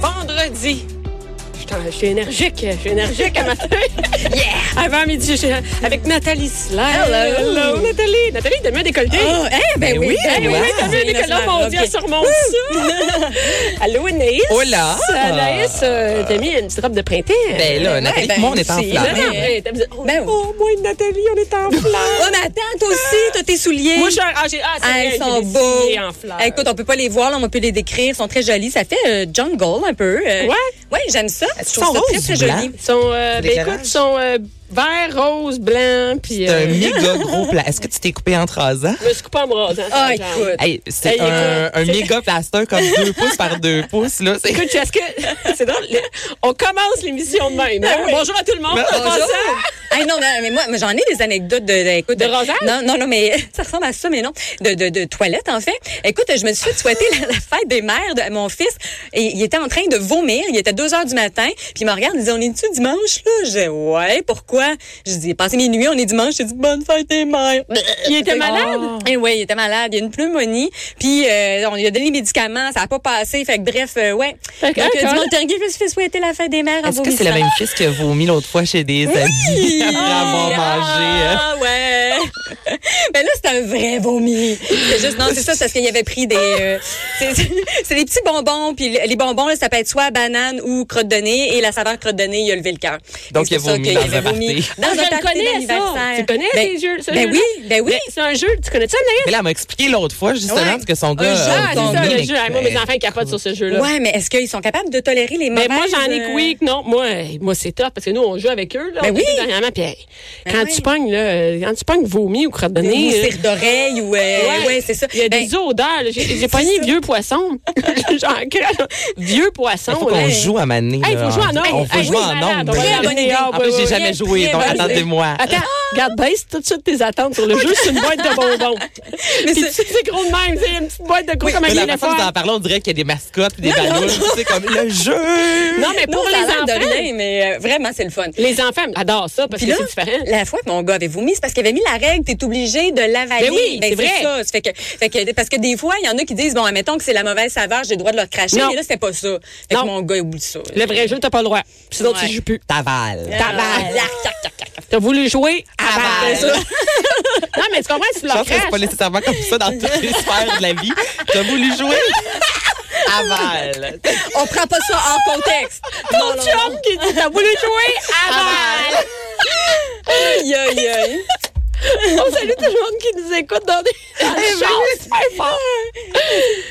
vendredi. Putain, Je suis énergique, je suis énergique à matin. yeah! Avant midi, je- avec Nathalie Slair. Hello. Nathalie! Nathalie, t'as mis un décolleté? Oh, eh, ben, Ben oui, ben ben oui, oui. t'as mis un décolleté. Oh, mon Dieu, elle surmonte ça! Allô, Anaïs? Hola. Anaïs, euh, t'as mis une petite robe de printemps? Ben là, Nathalie ben, et moi, on est en si, flamme. Non, non, mais t'as- oh, Ben oui. oh, moi et Nathalie, on est en fleurs. Oh, mais attends, toi aussi, t'as tes souliers. Ah! Moi, je suis en- ah, j'ai- ah, c'est Ah, vrai, ils j'ai sont des beaux. souliers en fleurs. Eh, Écoute, on peut pas les voir, là, mais on peut les décrire. Ils sont très jolis. Ça fait euh, jungle un peu. euh. Ouais. Ouais, j'aime ça. Est-ce Je qu'ils sont trouve ça très, roses très ou blancs? joli. Ils sont, euh, ben L'éclairage. écoute, ils sont euh, vert, rose, blanc, puis... C'est un euh, méga gros plat. Est-ce que tu t'es coupé en trois ans? je me suis coupée en bras. hein, Ah, ça, genre. écoute. Hey, Hey, c'est écoute, un, un c'est- méga plaster comme deux pouces par deux pouces. Là. C'est- Écoute, est-ce que c'est drôle? les- On commence l'émission de même. hein? Bonjour à tout le monde. Ben, en bonjour. passant. Ah non, mais, mais moi, mais j'en ai des anecdotes de, de- écoute, De rasage? Non, non, non, mais ça ressemble à ça, mais non, de, de, de toilette en fait. Écoute, je me suis fait souhaiter la, la fête des mères de mon fils. Et il était en train de vomir. Il était 2 heures du matin. Puis il me regarde, il dit, on est-tu dimanche là Je dis, ouais. Pourquoi Je dis, passé minuit, on est dimanche. Je dis, bonne fête des mères. Il était malade? Eh oui, il était malade. Il a une pneumonie. Puis euh, on lui a donné les médicaments. Ça a pas passé. Fait que bref, euh, ouais. Fait que, Donc, euh, encore. du monde tanguy, je me suis fait souhaiter la fête des mères en ah, Est-ce que c'est la vomissant. même fille qui a vomi l'autre fois chez des amis après avoir mangé? euh. Ah ouais. Mais là, c'est un vrai vomi. C'est juste, non, c'est ça, c'est parce qu'il avait pris des. euh, c'est c'est des petits bonbons, puis les bonbons, là, ça peut être soit banane ou crotte de nez, et la saveur crotte de nez, il a levé le cœur. Donc, Et il a c'est pour vomi ça dans qu'il avait un vomi party. Dans Ah, un je le party connais, ça. d'anniversaire. Tu connais ben, ces jeux- ce Ben jeu-là? oui, ben oui. Mais C'est un jeu. Tu connais ça, Mais Anaïs? là, elle m'a expliqué l'autre fois, justement, Ouais. parce que son gars. Un a jeu, Ah, vomi, c'est ça, le mais- jeu. Ah, Moi, mes enfants ils capotent sur Ben, ce jeu-là. Ouais, mais est-ce qu'ils sont capables de tolérer les Mais mauvaises? Ben, moi, j'en ai que euh, oui, que non. Moi, euh, moi c'est top parce que nous, on joue avec eux. Là, Ben on oui. était Dernièrement, puis, hey, Ben quand, oui. tu pognes, là, euh, quand tu pognes vomi ou crotte de Ou nez, cire d'oreille, ou. euh, ouais, c'est ça. Il y a Ben, des odeurs. là. J'ai j'ai pogné vieux poisson. J'en crève. Vieux poisson. Il Ben, faut qu'on là. joue à Mané. Hey, là. faut jouer en nombre. On faut Hey, jouer oui, en malade, nombre. ben on va Très la bonne donner. idée. Ah, En ouais, plus, j'ai ouais, jamais ouais. joué, très donc bonne idée. attendez-moi. Attends, Ah. regarde, baisse tout de suite tes attentes sur le jeu. C'est une boîte de bonbons. mais Puis c'est- tu sais, c'est gros de même. C'est une petite boîte de quoi comme un Mais la façon dont téléphone. t'en parles, on dirait qu'il y a des mascottes, des ballons, c'est comme le jeu. Non, mais pour non, ça a les l'air de rien, enfants. mais euh, vraiment, c'est le fun. Les enfants adorent ça parce Puis que là, c'est différent. la fois que mon gars avait vomi, c'est parce qu'il avait mis la règle, t'es obligé de l'avaler. Ben oui, c'est vrai. ça. Ça Fait que, fait que- parce que des fois, il y en a qui disent, bon, admettons que c'est la mauvaise saveur, j'ai le droit de le cracher, Non. mais là, c'était pas ça. Fait Non. que mon gars, il oublie ça. Ah, Le vrai jeu, t'as pas le droit. Sinon, Ouais. tu joues plus. T'avales. Tabarnak. T'as voulu jouer à Ah, balle. Non, mais tu comprends, tu ben, Je leur pense que c'est pas craches. nécessairement comme ça dans toutes les sphères de la vie. T'as voulu jouer? Aval. On prend pas ça hors contexte. Ton chum qui dit t'as voulu jouer Ah, à ben. balle. Aïe, aïe, aïe. On salue tout le monde qui nous écoute dans des Eh ben, dans les chars, super fort.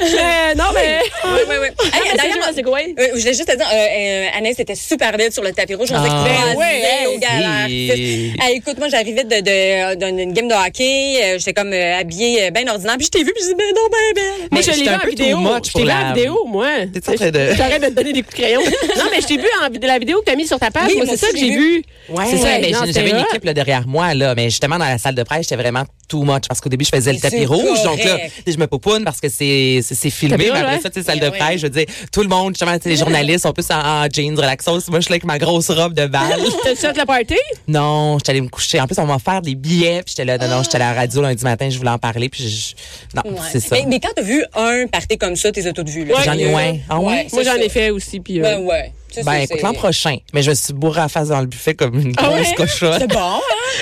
Euh, non, mais. Oui, oui, oui. Hey, mais d'ailleurs, sérieux, c'est quoi? euh, je voulais juste te dire, euh, euh, Anaïs était super belle sur le tapis rouge. On s'est Ah. croisés Ben ouais. au galère. Si. Hey, écoute, moi, j'arrivais de, de, d'une game de hockey. euh, J'étais comme euh, habillée bien ordinaire. Puis je t'ai vue, puis je dis, ben non, ben belle. Moi, Mais je l'ai j'étais vu un en peu vidéo. too much Je pour t'ai vu la- en vidéo, moi. T'es en train de- J'arrête de te donner des coups de crayon. non, mais je t'ai vu en vid- la vidéo que t'as mis sur ta page. Oui, moi, moi c'est ça aussi, que je j'ai l'ai vu. Ouais, C'est ça, ben, mais non, j'ai- c'était j'avais une hot. équipe là, derrière moi, là, mais justement dans la salle de presse, j'étais vraiment too much parce qu'au début, je faisais le C'est tapis rouge, donc là, correct. je me poupoune parce que c'est c'est- c'est filmé. Tapis mais rouge, après ouais. ça, tu sais, salle Mais de oui. presse, je veux dire, tout le monde, justement, tu sais, les journalistes, en plus en, en jeans relaxos, moi, je suis là avec ma grosse robe de balle. T'as-tu fait la party? non, j'étais allée me coucher. En plus, on m'a offert des billets, puis j'étais là, non, non, j'étais à la radio lundi matin, je voulais en parler, puis je- non, Ouais. c'est ça. Mais, mais quand t'as vu un party comme ça, t'es autos de vue. là. Ouais. J'en ai- ouais. Ah ouais? c'est Moi, j'en ça. ai fait aussi. Puis, euh, Ben ouais. Ça, Ben, c'est- écoute, c'est- l'an prochain. Mais je me suis bourrée à face dans le buffet comme une Ah grosse ouais? cochonne. C'est bon, hein?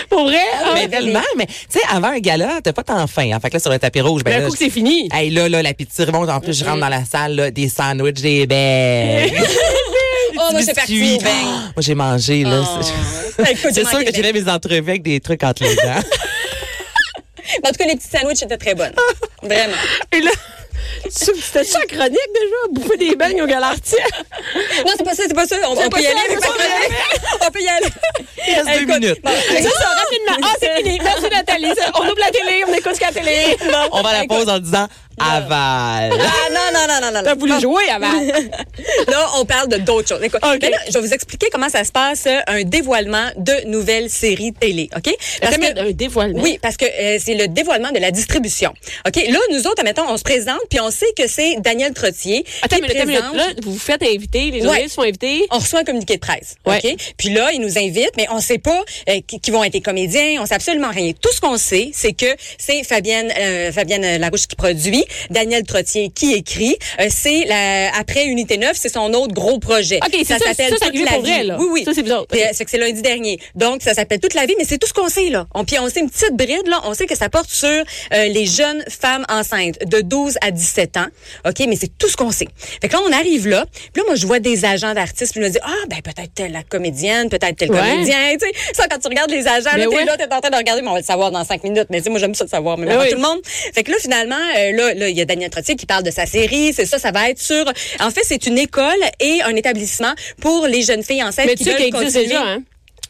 Pour vrai? hein? Mais tellement, mais tu sais, avant un gala, t'as pas tant faim. En fait que là, sur le tapis rouge, ben D'un là, coup, que je- c'est fini. Hey, là, là, l'appétit remonte. En plus, je Mm-hmm. rentre dans la salle, là, des sandwichs, des beignes. Oh, moi, c'est parti. biscuits. Oh, Ben. Moi, j'ai mangé, là. Ben, C'est- écoute, j'ai C'est sûr manqué que de j'irai mes entrevues avec des trucs entre les dents. En tout cas, les petits sandwichs étaient très bonnes. Vraiment. Et là, c'était ça la chronique déjà? Bouffer des beignes au galartier. Non, c'est pas ça, c'est pas ça. On, on pas peut y ça, aller avec c'est ma pas ça. chronique. On peut y aller. Il reste deux Écoute, minutes. bon, Ça, ça, rapidement. Ah, c'est fini. Merci, Nathalie. Ça, On ouvre la télé, on écoute ce qu'à la télé. On va à la pause en disant Ah, aval. non, non, non, non, non. T'as non. voulu jouer avant. Là, on parle de d'autres choses. Écoute, OK. mais là, je vais vous expliquer comment ça se passe, euh, un dévoilement de nouvelles séries télé, OK? Parce que- un dévoilement. Oui, parce que euh, c'est le dévoilement de la distribution. OK? Là, nous autres, admettons, on se présente, puis on sait que c'est Daniel Trottier Attends, qui mais attends, une minute. présente... là, vous vous faites inviter, les journalistes sont invités. on reçoit un communiqué de presse. Ouais. OK? Puis là, ils nous invitent, mais on sait pas euh, qui, qui vont être les comédiens, on sait absolument rien. Tout ce qu'on sait, c'est que c'est Fabienne euh, Fabienne Larouche qui produit, Daniel Trottier qui écrit, euh, c'est la- après Unité 9, c'est son autre gros projet. OK, c'est ça, ça, ça Toute arrive la pour vie. vrai, là. Oui oui. Ça, c'est vous autres. Puis, OK. euh, fait que c'est lundi dernier. Donc ça s'appelle toute la vie, mais c'est tout ce qu'on sait là. On puis on sait une petite bride là, on sait que ça porte sur euh, les jeunes femmes enceintes de 12 à 17 ans. OK, mais c'est tout ce qu'on sait. Fait que là on arrive là, puis là moi je vois des agents d'artistes, puis je me dis ah ben peut-être telle la comédienne, peut-être tel Ouais. comédien, tu sais. Ça quand tu regardes les agents, Mais là, t'es ouais. là, t'es en train de regarder, mais on va le savoir dans cinq minutes, mais tu sais moi j'aime ça de savoir mais Mais pas oui. tout le monde. Fait que là finalement euh, là là il y a Daniel Trottier qui parle de sa série, c'est ça ça va être sur en fait c'est une école et un établissement pour les jeunes filles enceintes Mais qui tu sais veulent qu'il existe continuer. déjà, hein?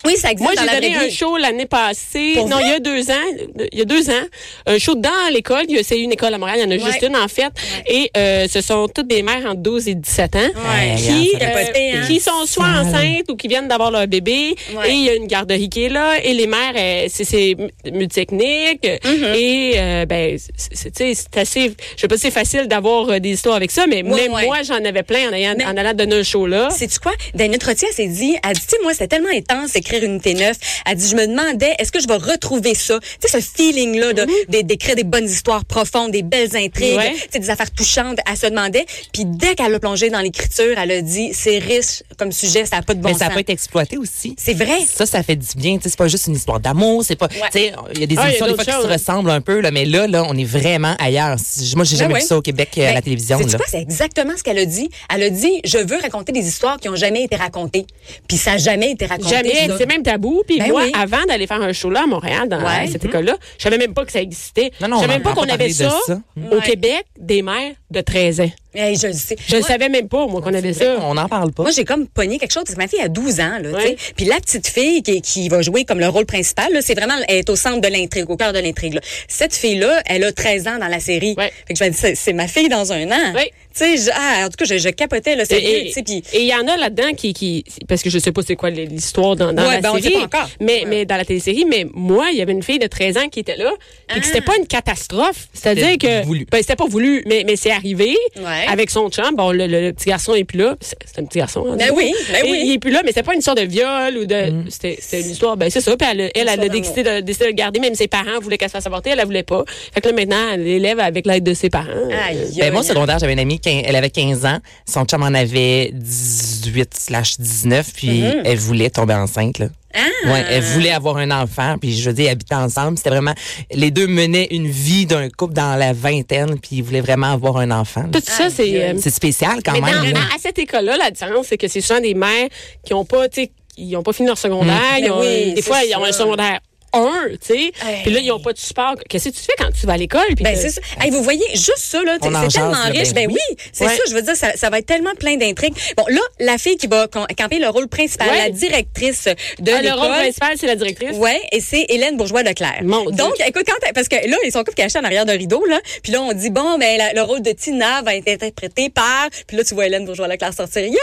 Oui, ça existe Moi, dans j'ai la donné vraie un vie. show l'année passée. Pour non, vrai? il y a deux ans. Il y a deux ans. Un show dans l'école. Il y a c'est une école à Montréal. Il y en a juste Ouais. une, en fait. Et euh, ce sont toutes des mères entre 12 et 17 ans. Ouais. Qui, Regarde, ça doit euh, être payant. qui sont soit hein. Sale. enceintes ou qui viennent d'avoir leur bébé. Ouais. Et il y a une garderie qui est là. Et les mères, euh, c'est- c'est mu- multitechnique. Mm-hmm. Et, euh, ben, c'est- c'est tu sais, c'est assez, je sais pas si c'est facile d'avoir euh, des histoires avec ça, mais Ouais, même ouais. moi, j'en avais plein en, ayant, Mais- en allant donner un show là. Sais-tu quoi? Daniel Trottier, elle s'est dit, elle dit, tu sais, moi, c'était tellement intense écrire une T9. Elle dit, je me demandais, est-ce que je vais retrouver ça? Tu sais, ce feeling-là de- de- d'écrire des bonnes histoires profondes, des belles intrigues, Ouais. tu sais, des affaires touchantes. Elle se demandait. Puis dès qu'elle a plongé dans l'écriture, elle a dit, c'est riche comme sujet, ça n'a pas de bon mais sens. ça peut être exploité aussi. C'est vrai. Ça, ça fait du bien. Tu sais, C'est pas juste une histoire d'amour. C'est pas. tu sais, Il y a des Ah, il y a émissions des d'autres fois qui se choses. ressemblent un peu, là, mais là, là, on est vraiment ailleurs. Si- Moi, j'ai jamais Ouais, vu ouais. ça au Québec euh, à Ben, la télévision. sais-tu là. quoi? C'est exactement ce qu'elle a dit. Elle a dit, je veux raconter des histoires qui ont jamais été racontées. Puis ça n'a jamais été raconté. Jamais, ça. c'est même tabou. Puis Ben moi, oui. avant d'aller faire un show là à Montréal, dans Ouais. cette école-là, je savais même pas que ça existait. Non, non, on je savais même n'entend pas qu'on pas avait parler de ça, ça. au Ouais. Québec des mères de 13 ans. Hey, je le sais. Je ne Moi, savais même pas, moi, qu'on avait ça. On n'en parle pas. Moi, j'ai comme pogné quelque chose. parce que Ma fille a 12 ans, là, Ouais. tu sais. Puis la petite fille qui, qui va jouer comme le rôle principal, là, c'est vraiment, elle est au centre de l'intrigue, au cœur de l'intrigue, là. Cette fille-là, elle a 13 ans dans la série. Ouais. Fait que je me dis, c'est, c'est ma fille dans un an. Ouais. Tu sais, je- ah, en tout cas, je, je capotais, là, c'est Et- vieux, tu sais, puis- Et il y en a là-dedans qui, qui. Parce que je sais pas c'est quoi l'histoire dans, dans Ouais, la ben, on série. sait pas encore. Mais, Ouais. mais dans la télésérie, mais moi, il y avait une fille de 13 ans qui était là. Et que c'était Ah. pas une catastrophe. C'est-à-dire C'était que. voulu. Ben, c'était pas voulu, mais, mais c'est arrivé Ouais. avec son chum. Bon, le, le- le petit garçon est plus là. C'est c'est un petit garçon. hein, Ben du coup. oui, ben Et oui. Il est plus là, mais c'était pas une histoire de viol ou de. Mm. C'était c'était une histoire. Ben, c'est ça. Puis elle, elle, elle, a histoire décidé de, décidé de le garder. Même ses parents voulaient qu'elle se fasse avorter. Elle, la voulait pas. Fait que là, maintenant, elle l'élève avec l'aide de ses parents. Aïe, Ben, moi, au aïe. secondaire, j'avais une amie, quin- elle avait 15 ans. Son chum en avait 18 slash 19, puis elle voulait tomber enceinte, là. Ah! Ouais, elle voulait avoir un enfant, puis je veux dire, habiter ensemble. C'était vraiment, les deux menaient une vie d'un couple dans la vingtaine, puis ils voulaient vraiment avoir un enfant. là. Tout ça, c'est. euh, C'est spécial quand Mais même. dans- là. à, à cette école-là, la différence, c'est que c'est souvent des mères qui n'ont pas, tu sais, ils ont pas fini leur secondaire. Ils Ben ont, euh, oui, des c'est fois, ils ont ça. un secondaire 1, tu sais. Puis là, ils n'ont pas de support. Qu'est-ce que tu fais quand tu vas à l'école? puis Ben, que- c'est ça. Hey, vous voyez, juste ça, là, On en c'est jase, tellement là, ben riche. Ben oui. oui, c'est Ouais. ça, je veux dire, ça, ça va être tellement plein d'intrigues. Bon, là, la fille qui va com- camper le rôle principal, Ouais. la directrice de Ah, le rôle l'école. principal, c'est la directrice. Ouais, et c'est Hélène Bourgeois-Leclerc. Mon Dieu. Donc, écoute, quand elle- parce que là, ils sont comme cachés en arrière d'un rideau, là. Puis là, on dit, bon, ben, la- le rôle de Tina va être interprété par. Puis là, tu vois Hélène Bourgeois-Leclerc sortir. Yeah!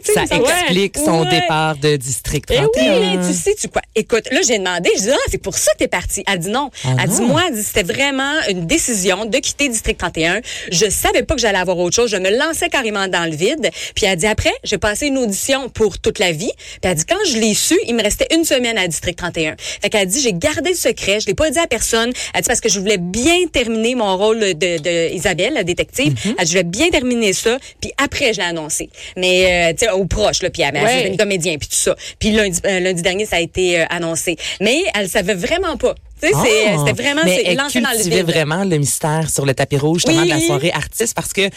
Tu sais, Ça ils sont- explique son Ouais. départ de District Eh oui, 31. Oui, hein. tu sais, tu quoi? Écoute, là, j'ai demandé, je dis, ah, c'est pour ça que t'es partie. Elle dit non. Ah elle dit, non? moi, elle dit, c'était vraiment une décision de quitter District 31. Je savais pas que j'allais avoir autre chose. Je me lançais carrément dans le vide. Puis elle dit, après, j'ai passé une audition pour toute la vie. Puis elle dit, quand je l'ai su, il me restait une semaine à District 31. Fait qu'elle dit, j'ai gardé le secret. Je l'ai pas dit à personne. Elle dit, parce que je voulais bien terminer mon rôle de, de Isabelle, la détective. Mm-hmm. Elle dit, je voulais bien terminer ça. Puis après, je l'ai annoncé. Mais, euh, tu sais, aux proches, là. Puis elle m'a Ouais. ajouté une comédien puis tout ça. Puis lundi, euh, lundi dernier, ça a été euh, annoncé. Mais elle savait vraiment pas. Tu sais, Ah! c'est- euh, c'était vraiment Mais c'est elle lancé dans le cultivait vide. vraiment le mystère sur le tapis rouge justement, Oui. de la soirée artiste parce que euh,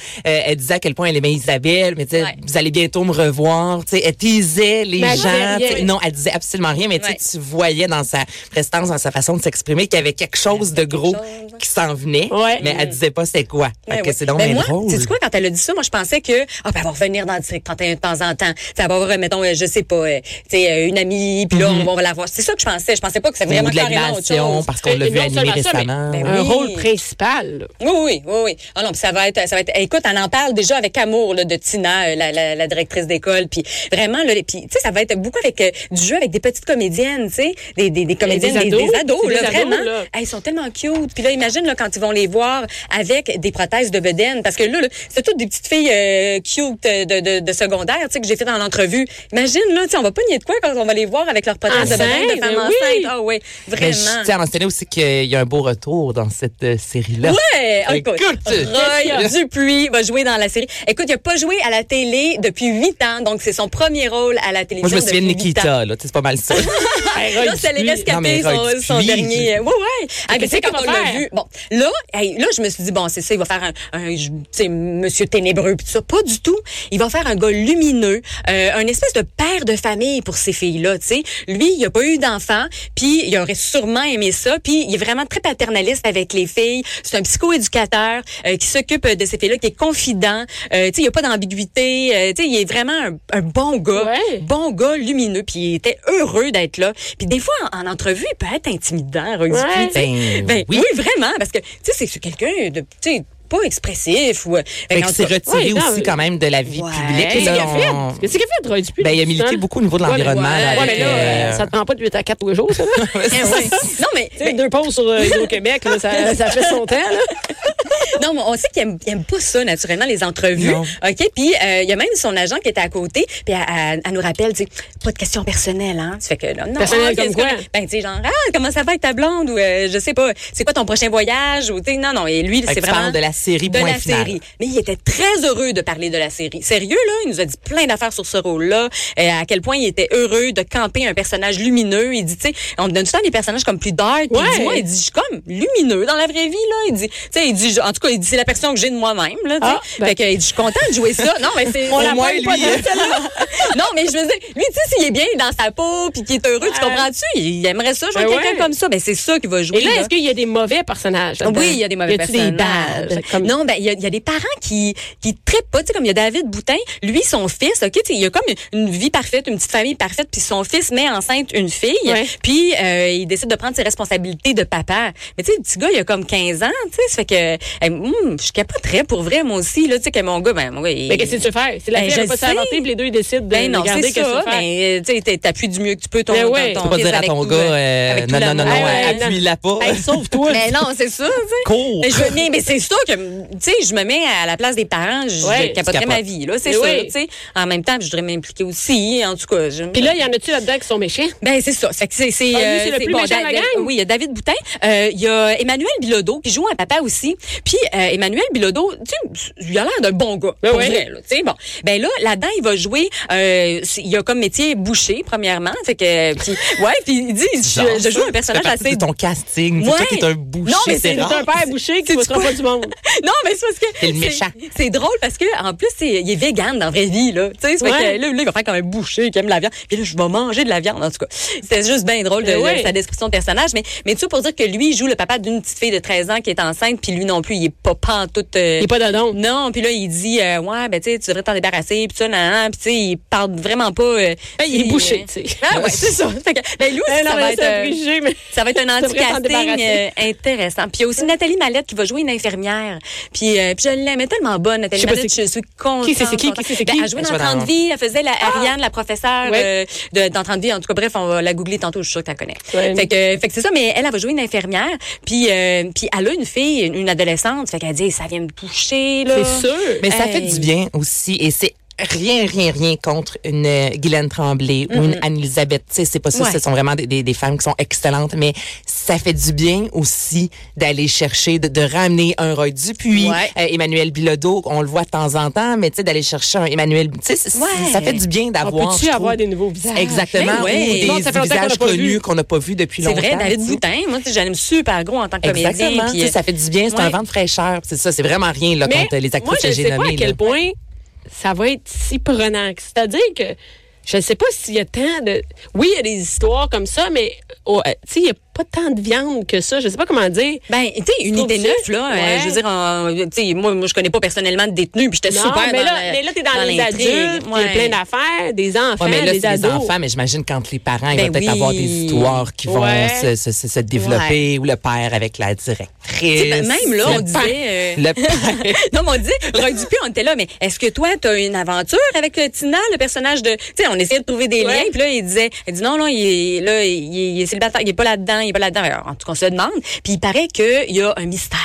elle disait à quel point elle aimait Isabelle mais tu sais, Ouais. vous allez bientôt me revoir tu sais, elle teasait les Mais elle gens disait tu sais. rien. non elle disait absolument rien mais tu sais, Ouais. tu voyais dans sa prestance dans sa façon de s'exprimer qu'il y avait quelque chose de gros Ah, chose. qui s'en venait Ouais. mais elle disait pas c'est quoi Fait Ouais, que ouais. c'est donc Ben bien moi, drôle sais quoi, quand elle a dit ça, moi, je pensais que, ah, ben, elle va revenir dans le district 31 de temps en temps. Tu sais, elle va avoir, euh, mettons, euh, je sais pas, euh, tu sais, euh, une amie, puis là, on va la voir. C'est ça que je pensais. Je pensais pas que c'est Ou vraiment Mm-hmm. de l'animation, carrément autre chose. nom parce qu'on Et- l'a et vu non seulement animer ça, mais- récemment. ben ouais. Un Oui. rôle principal. là. Oui, oui, oui, oui. Ah non, puis ça va être, ça va être. Écoute, on en parle déjà avec amour là, de Tina, euh, la, la, la directrice d'école, puis vraiment là, les- puis tu sais, ça va être beaucoup avec euh, du jeu avec des petites comédiennes, tu sais, des, des, des comédiennes, des des, ados, des ados, des là, ados, vraiment. là. Ah, ils sont tellement cute. Puis là, imagine là, quand ils vont les voir avec des prothèses de bedaine, parce que là, là, c'est toutes des petites filles euh, cute euh, de, de, de secondaire, tu sais, que j'ai fait dans l'entrevue. Imagine là, tu sais, on va pas nier de quoi quand on va les voir avec leurs prothèses de Enceinte, bedaine de femmes oui. enceintes. Ah oui, Mais Ben, je vraiment. tiens à mentionner aussi qu'il y a un beau retour dans cette euh, série-là. Ouais, écoute, Ben, Écoute. Roy Dupuis va jouer dans la série. Écoute, il a pas joué à la télé depuis huit ans, donc c'est son premier rôle à la télévision. Moi, je me souviens de depuis huit ans. Nikita, là. Tu sais, C'est pas mal ça. Hey, Roy Là, c'est les Dupuis. Non, rescapés, mais Roy son, son Dupuis, dernier. Ouais, tu- ouais. Ah, mais tu sais, qu'est-ce quand qu'il on va l'a faire? vu. Bon, là, hey, là, je me suis dit, bon, c'est ça, il va faire un, un tu sais, monsieur ténébreux, pis tout ça. Pas du tout. Il va faire un gars lumineux, euh, un espèce de père de famille pour ces filles-là, tu sais. Lui, il a pas eu d'enfant, puis il aurait sûrement aimé ça, puis il est vraiment très paternaliste avec les filles. C'est un psychoéducateur euh, qui s'occupe de ces filles-là, qui est confident. Euh, tu sais, il n'y a pas d'ambiguïté. euh, tu sais, il est vraiment un, un bon gars Ouais. bon gars lumineux, puis il était heureux d'être là. Puis des fois, en, en entrevue, il peut être intimidant, Roy Dupuis, Ouais. tu sais. Ben, Ben, oui. oui. vraiment, parce que, tu sais, c'est- c'est quelqu'un de, tu sais, pas expressif ou... euh, Fait Fait que qu'en c'est tout cas- retiré ouais, non, aussi mais- quand même de la vie Ouais. publique. Qu'est-ce là, qu'il a fait? on- Qu'est-ce qu'il a fait, Roy Dupuis? Ben, il a depuis ce milité temps? beaucoup au niveau de hein. Ouais, mais- l'environnement. ouais, là, Ouais, avec, mais là, euh, euh, ça te prend pas de 8 à 4 tous les jours, ça. là. Eh ouais. non, mais, Tu sais, Deux pauses sur euh, Hydro-Québec, là, ça, ça fait son temps. Là. non, mais on sait qu'il aime, il aime pas ça, naturellement, les entrevues. Non. OK? Puis, euh, il y a même son agent qui était à côté, puis elle, elle- elle nous rappelle, tu sais, pas de questions personnelles, hein? Tu fais que là, non. Personnelles ah, qu'est-ce comme quoi? que- Ben, tu sais, genre, ah, comment ça va avec ta blonde? Ou, euh, je sais pas, c'est quoi ton prochain voyage? Ou, tu sais, non, non. Et lui, que c'est tu vraiment... parles de la série, De point la final. série. Mais il était très heureux de parler de la série. Sérieux, là, il nous a dit plein d'affaires sur ce rôle-là, et à quel point il était heureux de camper un personnage lumineux. Il dit, tu sais, on me donne tout le temps des personnages comme plus dark. puis Il Ouais. dit, moi, il dit, je suis comme lumineux dans la vraie vie, là. Il dit, tu sais, il dit, je- en tout cas, il dit, c'est la personne que j'ai de moi-même, là, tu sais. Ah, ben. Fait que, il dit, je suis content de jouer ça. Non, mais c'est. Au la moins, pointe pas lui, dans euh. celle-là. non, mais je veux dire, lui, tu sais, s'il est bien dans sa peau, puis qu'il est heureux, tu Ouais. comprends-tu? Il aimerait ça jouer Ben quelqu'un ouais. comme ça. Ben, c'est ça qu'il va jouer. Et là, là. est-ce qu'il y a des mauvais personnages? là-dedans? Oui, il y a des mauvais Y a-tu des personnages. bads? Comme- Non, ben il y a, il y a des parents qui qui trippent pas, tu sais comme il y a David Boutin, lui son fils, OK, tu sais, il a comme une, une vie parfaite, une petite famille parfaite, puis son fils met enceinte une fille, Ouais. puis euh, il décide de prendre ses responsabilités de papa. Mais tu sais le petit gars, il a comme 15 ans, tu sais, ça fait que hey, hum, je capoterais pour vrai moi aussi là, tu sais que mon gars ben mon gars, il- Mais qu'est-ce que tu veux faire? C'est la Ben, fille je qui le pas sais. s'inventer, puis les deux ils décident de ben non, regarder c'est qu'est-ce que ça, tu veux faire. mais euh, tu sais t'es- t'appuies du mieux que tu peux ton Ben ouais. ton, Faut ton pas fils dire à avec ton tout, gars, euh, euh, avec tout non, le- non, non, non, Ah, ouais, non. appuie-la pas. Hey, sauve-toi. Mais non, c'est ça, tu sais. Cours. Mais, je, veux- mais, mais c'est sûr que, tu sais, je me mets à la place des parents, je Ouais, capoterais tu ma capotes. vie, là, c'est Mais sûr, oui. tu sais. En même temps, je voudrais m'impliquer aussi, en tout cas. je- Puis là, il y en a-tu là-dedans qui sont méchants? ben c'est ça. C'est que c'est c'est Ah, lui, euh, c'est le plus méchant de la Da- Da- gang? Oui, il y a David Boutin, euh, il y a Emmanuel Bilodeau qui joue un papa aussi. Puis euh, Emmanuel Bilodeau, tu sais, il a l'air d'un bon gars. Ben pour ouais. vrai, là, tu sais bon. Ben là là-dedans, il va jouer euh, c'est- il a comme métier boucher premièrement, fait que puis ouais, puis il dit je, je joue un personnage Fait partie assez de ton casting. Pour Ouais. Toi qui es un boucher, Non, mais c'est c'est C'est rare. un père bouché qui ne C'est-tu se pas du monde. Non, mais c'est parce que. C'est le méchant. C'est drôle parce que, en plus, c'est- il est vegan dans la vraie vie, là. Tu sais, c'est fait Ouais. que là, là, il va faire comme un boucher qui aime la viande. Puis là, je vais manger de la viande, en tout cas. C'était juste bien drôle de, Mais Ben ouais. de sa description de personnage. Mais, mais tout ça pour dire que lui, il joue le papa d'une petite fille de 13 ans qui est enceinte, puis lui non plus, il est pas pantoute. euh, Il n'est pas dedans. Non, puis là, il dit, euh, ouais, ben, tu sais, tu devrais t'en débarrasser, puis ça, nan, nan, puis tu sais, il parle vraiment pas. euh, Ben, il est bouché, tu sais. Ah, ouais, c'est ça. Fait que, ben, lui aussi, Ben non, ça mais va être. c'est euh, obligé, mais- ça va être un Ça devrait s'en anti-casting euh, débarrasser. intéressant. Puis il y a aussi Nathalie Mallette qui va jouer une infirmière. Puis, euh, puis je l'aime, elle est tellement bonne, Nathalie Je sais pas Mallette. c'est- Je suis contente. Qui c'est, c'est qui, contente. qui c'est, c'est Ben, qui? Ah. Elle jouait Elle dans joue dans- 30 vies, elle faisait la Ariane, la professeure Ouais. euh, de, dans 30 vies. En tout cas, bref, on va la googler tantôt, je suis sûre que tu la connais. Ouais. Fait que, fait que c'est ça, mais elle, elle va jouer une infirmière. Puis, euh, puis elle a une fille, une, une adolescente. Fait qu'elle dit, ça vient me toucher, là. C'est sûr. Mais ça Hey. fait du bien aussi et c'est rien, rien, rien contre une euh, Guylaine Tremblay ou Mm-hmm. une Anne-Elisabeth. Tu sais, c'est pas ça. Ouais. Ce sont vraiment des, des, des femmes qui sont excellentes, mais ça fait du bien aussi d'aller chercher, de, de ramener un Roy Dupuis, Ouais. euh, Emmanuel Bilodeau, on le voit de temps en temps, mais tu sais, d'aller chercher un Emmanuel, tu sais, c'est- Ouais. ça fait du bien d'avoir. On je peut-tu avoir trouve. des Ah, nouveaux visages? Exactement. Ben ouais. Ou Non, des ça fait longtemps qu'on visages l'a pas vu. connus qu'on n'a pas vus depuis C'est longtemps. vrai, David tu sais. Boutin, moi, tu sais, je l'aime super gros en tant que comédien. Exactement. puis, Tu sais, euh, ça fait du bien, c'est un ouais. vent de fraîcheur. C'est ça, c'est vraiment rien là, Mais contre les actrices moi, je que ne j'ai sais pas nommées. à quel là. point ça va être si prenant. C'est-à-dire que je ne sais pas s'il y a tant de... Oui, il y a des histoires comme ça, mais oh, euh, tu sais, il y a pas tant de viande que ça. Je sais pas comment dire. Ben, tu sais, une Trouves-tu? idée neuve, là. euh, Ouais. je veux dire, on- tu sais, moi, moi, je connais pas personnellement de détenus, puis j'étais Non, super mais dans là, la- mais là, t'es dans, les l'intrigue. adultes, il y a Ouais. plein d'affaires, des enfants, Ouais, mais là, des c'est des ados. enfants, mais j'imagine quand les parents, ils Ben vont peut-être oui. avoir des histoires qui vont Ouais. se, se- se- se développer ou le père avec la Tu sais, directrice. ben, même là, Le on père- disait. euh, Le père. non, mais on disait, Roy Dupuis, on était là, mais est-ce que toi, t'as une aventure avec euh, Tina, le personnage de. Tu sais, on essayait de trouver des Ouais. liens, puis là, il disait, il dit non, non, il est, là, il est, il est célibataire, il est pas là-dedans, il est pas là-dedans. Alors, En tout cas, on se le demande. Puis il paraît qu'il y a un mystère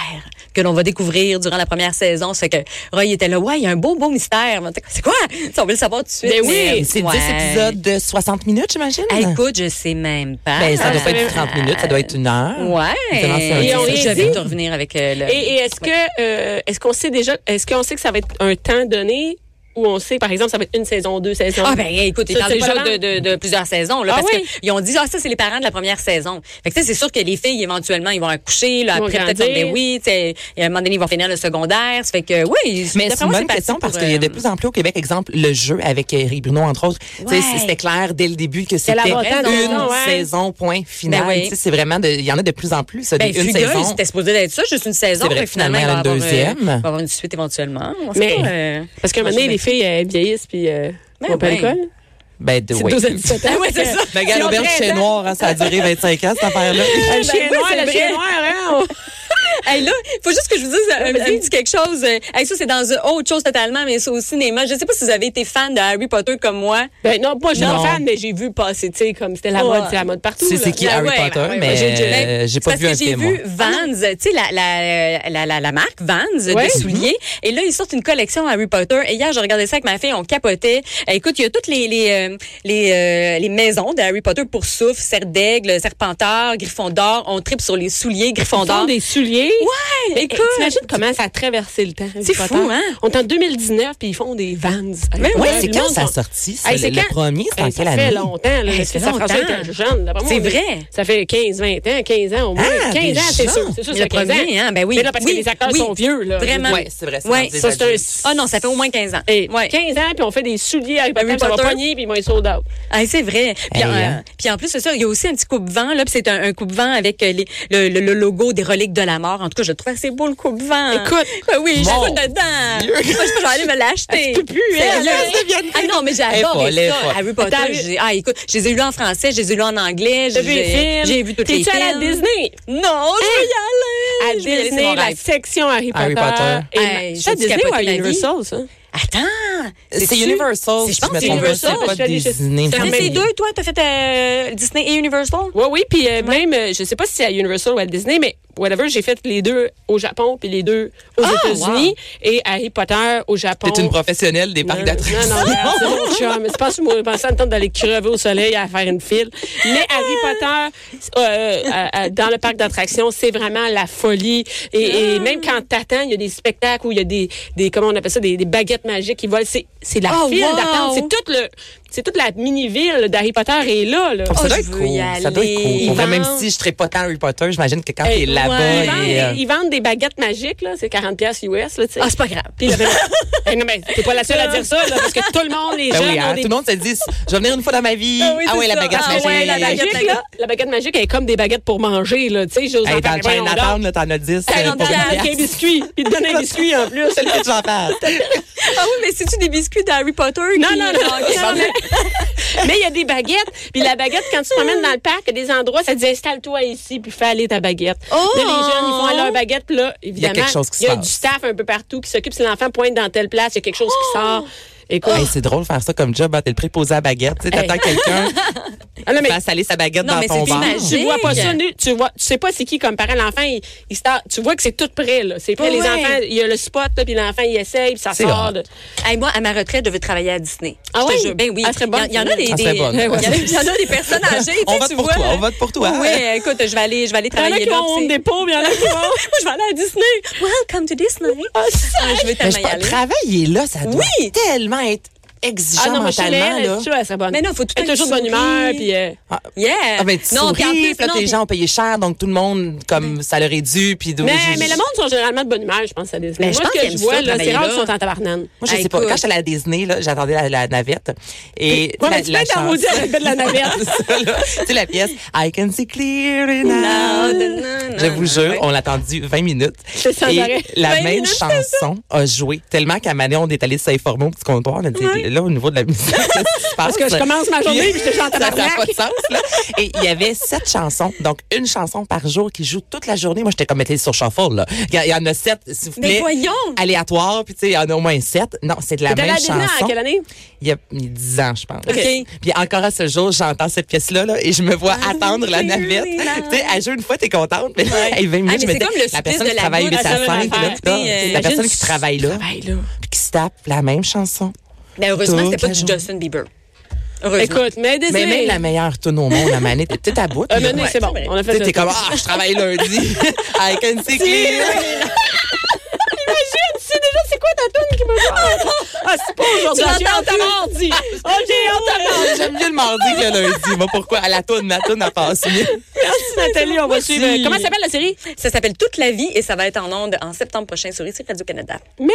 que l'on va découvrir durant la première saison. C'est que Roy était là, ouais, il y a un beau, beau mystère. C'est quoi? Tu sais, on veut le savoir tout de suite. Ben oui, mais- C'est 10 Ouais. épisodes de 60 minutes, j'imagine? Ah, écoute, je sais même pas. Hein. Ben, ça doit Ah, pas être c'est- 30 minutes, ça doit être une heure. Comment c'est un Ouais. Et on dix- est- je vais dit- te revenir avec euh, le. Et, et est-ce que euh, est-ce qu'on sait déjà est-ce qu'on sait que ça va être un temps donné ou on sait par exemple ça va être une saison, deux saisons Ah ben écoute, ils Ça, parlent c'est déjà parlant. de, de, de plusieurs saisons là, Ah parce oui? qu'ils ont dit ah ça c'est les parents de la première saison. Fait que tu sais, c'est sûr que les filles éventuellement ils vont accoucher là, Ils vont après peut-être grandir. ben oui, tu sais, et à un moment donné ils vont finir le secondaire, ça fait que oui. Mais d'après c'est une moi, bonne parti question pour, parce qu'il y a de euh, plus en plus au Québec, exemple, le jeu avec Eric Bruno, entre autres. Tu sais, Ouais. C'était clair dès le début que c'était la bonne une raison, ouais. saison, point final. Ben oui. Tu sais, C'est vraiment, de- il y en a de plus en plus, ça, des ben, une Fugueuse, saison. c'était supposé d'être ça, juste une saison. C'est vrai, mais finalement, finalement, il va elle a une avoir, euh, deuxième. il va avoir une suite éventuellement. On sait Mais- pas, euh, Parce qu'à un moment donné, les filles elles vieillissent puis euh, Ben vont pas à ouais. l'école. Ben, de, C'est ouais. 12 à 17 ans. Ah ouais, c'est ça. La gare auberge chez Noir, hein, ça a duré 25 ans, cette affaire-là. Euh, Le chien oui, noir, Ben, c'est le vrai. chien noir, hein, on- Hey, là, faut juste que je vous dise euh, un, un petit quelque chose. Euh, Hey, ça, c'est dans euh, autre chose totalement, mais ça au cinéma. Je sais pas si vous avez été fan de Harry Potter comme moi. Ben non, moi je suis Non. pas fan, mais j'ai vu passer, tu sais, comme c'était la Ouais. mode, c'est la mode partout. C'est- là. c'est qui? Ah Harry ouais, Potter, ouais, ouais, mais, ouais, euh, ben, j'ai pas parce vu que un j'ai film, vu moi. Vans, tu sais, la, la, la, la, la marque Vans Ah Ouais. de souliers. Et là, ils sortent une collection Harry Potter. Et hier, je regardais ça avec ma fille, on capotait. Euh, Écoute, il y a toutes les, les, euh, les, euh, les maisons de Harry Potter pour souffle, serre d'aigle, serpentard, griffon d'or. On tripe sur les souliers, griffon Ils font d'or. des souliers. Ouais, Mais écoute. T'imagines comment ça a traversé le temps. Harry C'est Potter? fou, hein? On est en 2019 puis ils font des vans. Mais Oui, Ouais, c'est le quand monde ça a sont- sorti, ça, Hey, le, c'est le quand- premier, c'est en Hey, quelle ça fait année? longtemps. Là, Hey, parce ça que fait ça François longtemps. était jeune. D'après moi, C'est on est- vrai. Ça fait 15, 20 ans, 15 ans au moins. Ah, 15 ans, c'est déjà? sûr. C'est sûr, Le c'est 15 premier, ans. hein, ben oui. Mais là, parce Oui, que les acteurs oui. sont vieux. Là. Vraiment. Ouais, c'est vrai, c'est Ouais. dans des Ça, c'est un- adultes. Ah non, ça fait au moins 15 ans. Hey, Ouais. 15 ans, puis on fait des souliers avec Harry Harry Potter. Potter. Pogné, puis ils vont être sold out. Ah, c'est vrai. Puis, Hey, en, hein. puis en plus de ça, il y a aussi un petit coupe-vent. Là, puis c'est un, un coupe-vent avec euh, les- le, le- le logo des reliques de la mort. En tout cas, je le trouve assez beau le coupe-vent. Écoute. Ben oui, j'ai Mon pas dedans. Moi, je pense que je vais aller me l'acheter. Elle peut plus, hein, elle. Sérieux. Elle devient- Ah non, mais j'ai Elle est adoré folle, elle est ça. folle. Harry Potter, T'as vu- j'ai, ah, écoute, je les ai lus en français, je les ai lus en anglais. T'as vu les j'ai, films? j'ai vu toutes les films. T'es-tu allée à Disney? Non, À je vais y aller. Je vais y aller, c'est mon Disney, la rêve. section Harry Potter. Harry Potter. Et Hey, ma- je C'est à dis Disney capoter ou à ma vie. Universal, ça? Attends. C'est c'est-tu- Universal, c'est- si je je pense me que c'est trompe pas, Universal. c'est parce que pas les- Disney. T'as Ah, fait mais- ces deux, toi? T'as fait euh, Disney et Universal? Oui, oui. Puis euh, même, euh, je sais pas si c'est à Universal ou à Disney, mais whatever, j'ai fait les deux au Japon, puis les deux aux Ah, États-Unis, et Harry Potter au Japon. T'es une professionnelle des Non, parcs d'attractions. Non, non, regarde, c'est mon chum. C'est pas sûr, moi, je pensais à me tente d'aller crever au soleil à faire une file. Mais Harry Potter, euh, à- à- dans le parc d'attractions, c'est vraiment la folie. Ah. Et, et même quand t'attends, il y a des spectacles où il y a des, des comment on appelle ça, des, des baguettes magiques qui volent. C'est, c'est la Oh, file wow! d'attente. C'est toute le, c'est toute la mini-ville d'Harry Potter est là, là. Ça Oh, doit je être veux cool. y Ça doit être cool. aller. Pour vrai, même Ils si je ne pas tant Harry Potter, j'imagine que quand Hey, t'es là-bas, ouais. Ils vendent, et, euh, des, ils vendent des baguettes magiques, là. C'est 40$ piastres US, là, tu sais. Ah, c'est pas grave. Puis là, ben, hey, non, mais t'es pas la seule à dire ça, là, parce que tout le monde, les ben jeunes, oui, hein, ont des tout le monde se dit, je vais venir une fois dans ma vie. Ah oui, ah c'est ouais, la ça. baguette Ah magique. ouais, la la baguette, baguette, là, la baguette magique, elle est comme des baguettes pour manger, là. Tu sais, j'ose en Hey, dans faire le voyons donc. Ah, Chinatown, là, t'en as 10. Hey, euh, dans le pour une Chinatown, Avec un pièce. biscuit. Puis te donne un biscuit en plus. C'est le que j'en parle. Ah oui, mais c'est-tu des biscuits d'Harry Potter? Non, qui- Ah, non, non. non, mais- mais il y a des baguettes. Puis la baguette, quand tu te promènes dans le parc, il y a des endroits, ça te dit installe-toi ici, puis fais aller ta baguette. Oh! Là, les jeunes, ils font aller leur baguette. Puis là, évidemment, quelque chose qui se il y a passe. du staff un peu partout qui s'occupe. Si l'enfant pointe dans telle place, il y a quelque chose qui sort. Écoute. Hey, c'est drôle de faire ça comme job. hein, T'es le préposé à la baguette. Tu sais, t'attends Hey. quelqu'un, Ah, non, mais- tu saler sa baguette Non, dans mais ton c'est bar. imagé- tu vois pas Jig. ça nu, tu vois tu sais pas c'est qui comme parent l'enfant il, il se tar- tu vois que c'est tout prêt là c'est prêt Ouais. les enfants il y a le spot là, puis l'enfant il essaye puis ça C'est sort hot. de- Hey, moi, à ma retraite, je veux travailler à Disney. Ah Je te oui? jure, Ben oui. Ah, très bonne. Il y, en- il y en a des. Ah, des- très il y en bonne. a- il y en a des personnes âgées. tu On sais, vote tu pour vois. toi, on vote pour toi. Oui, écoute, je vais aller, je vais aller Il y en a travailler qui là. vont au puis Home c'est- Depot, puis il y en a qui vont. Moi, je vais aller à Disney. Welcome to Disney. Ah, je veux Mais tellement je y pense- aller. travailler là, ça doit Oui. tellement être exigeant Ah non, moi, Chanel, mentalement, elle, là. tu vois, elle serait bonne. Mais non, faut tout Elle est le temps toujours de bonne sourire. humeur, puis euh, Ah, Yeah. ah, ben, tu non, puis en souris, plus, puis là, non, tes puis- gens ont payé cher, donc tout le monde, comme ça leur est dû, puis Mais, j'ai- mais le monde sont généralement de bonne humeur, je pense. Ça les... Mais moi, je pense ce qu'ils que je aiment vois, ça, là, c'est travailler rare là. qu'ils sont en tabarnane. Moi, je Ah, sais pas. écoute. Quand j'étais à la Disney, là, j'attendais la, la navette. Et Ouais, la, mais tu peux être en maudit à la de la navette. Ça, là, tu sais, la pièce I can see clearly now. Je vous jure, on l'a attendu 20 minutes. C'est sans et arrêt. la 20 même minutes, chanson a joué tellement qu'à Mané, on est allé s'informer au petit comptoir. on a dit, Là, au niveau de la musique, qu'est-ce qui se passe? Parce que je commence ma journée, puis je te chante Ça n'a pas tabarnak. de sens, là. Et il y avait sept chansons, donc une chanson par jour qui joue toute la journée. Moi, j'étais comme mettez sur shuffle, là. Il y a- il y, en a sept, s'il vous Mais plaît. voyons! Aléatoires, puis tu sais, il y en a au moins sept. Non, c'est de la T'es allé à même la Disney en chanson. quelle année? Il y a il y a 10 ans, je pense. OK. Puis encore à ce jour, j'entends cette pièce-là là, et je me Ah, vois attendre la navette. clearly now. tu sais, à jour, une fois, t'es contente, mais hey, 20 minutes, Ah, mais je c'est me dis, comme le la supplice personne de qui la travaille goutte, 8 à la seule 5, là, affaire. putain, Puis, euh, la imagine, personne tu qui travaille Ah, ben, là, Travaille, là. puis qui se tape la même chanson. Mais Ben, heureusement, c'était pas du Toute la Justin Bieber. Heureusement. Écoute, mais Mais même désolé. la meilleure tune au monde, la manette, t'es peut-être à bout. Un là. moment donné, c'est bon. Ouais. On a Tu fait sais, le t'es tour. comme, ah, je travaille lundi. I can see clear. Imagine, tu sais déjà c'est quoi ta toune qui me Ah, c'est pas aujourd'hui. Tu J'ai hâte à l'entends mardi. Oh, j'ai hâte à mardi. J'aime mieux le mardi que le lundi. Moi, pourquoi? À la toune, ma toune, elle passe mieux. Merci, Nathalie. On va suivre. euh, Comment s'appelle la série? Ça s'appelle Toute la vie et ça va être en ondes en septembre prochain sur ici Radio-Canada. Merci.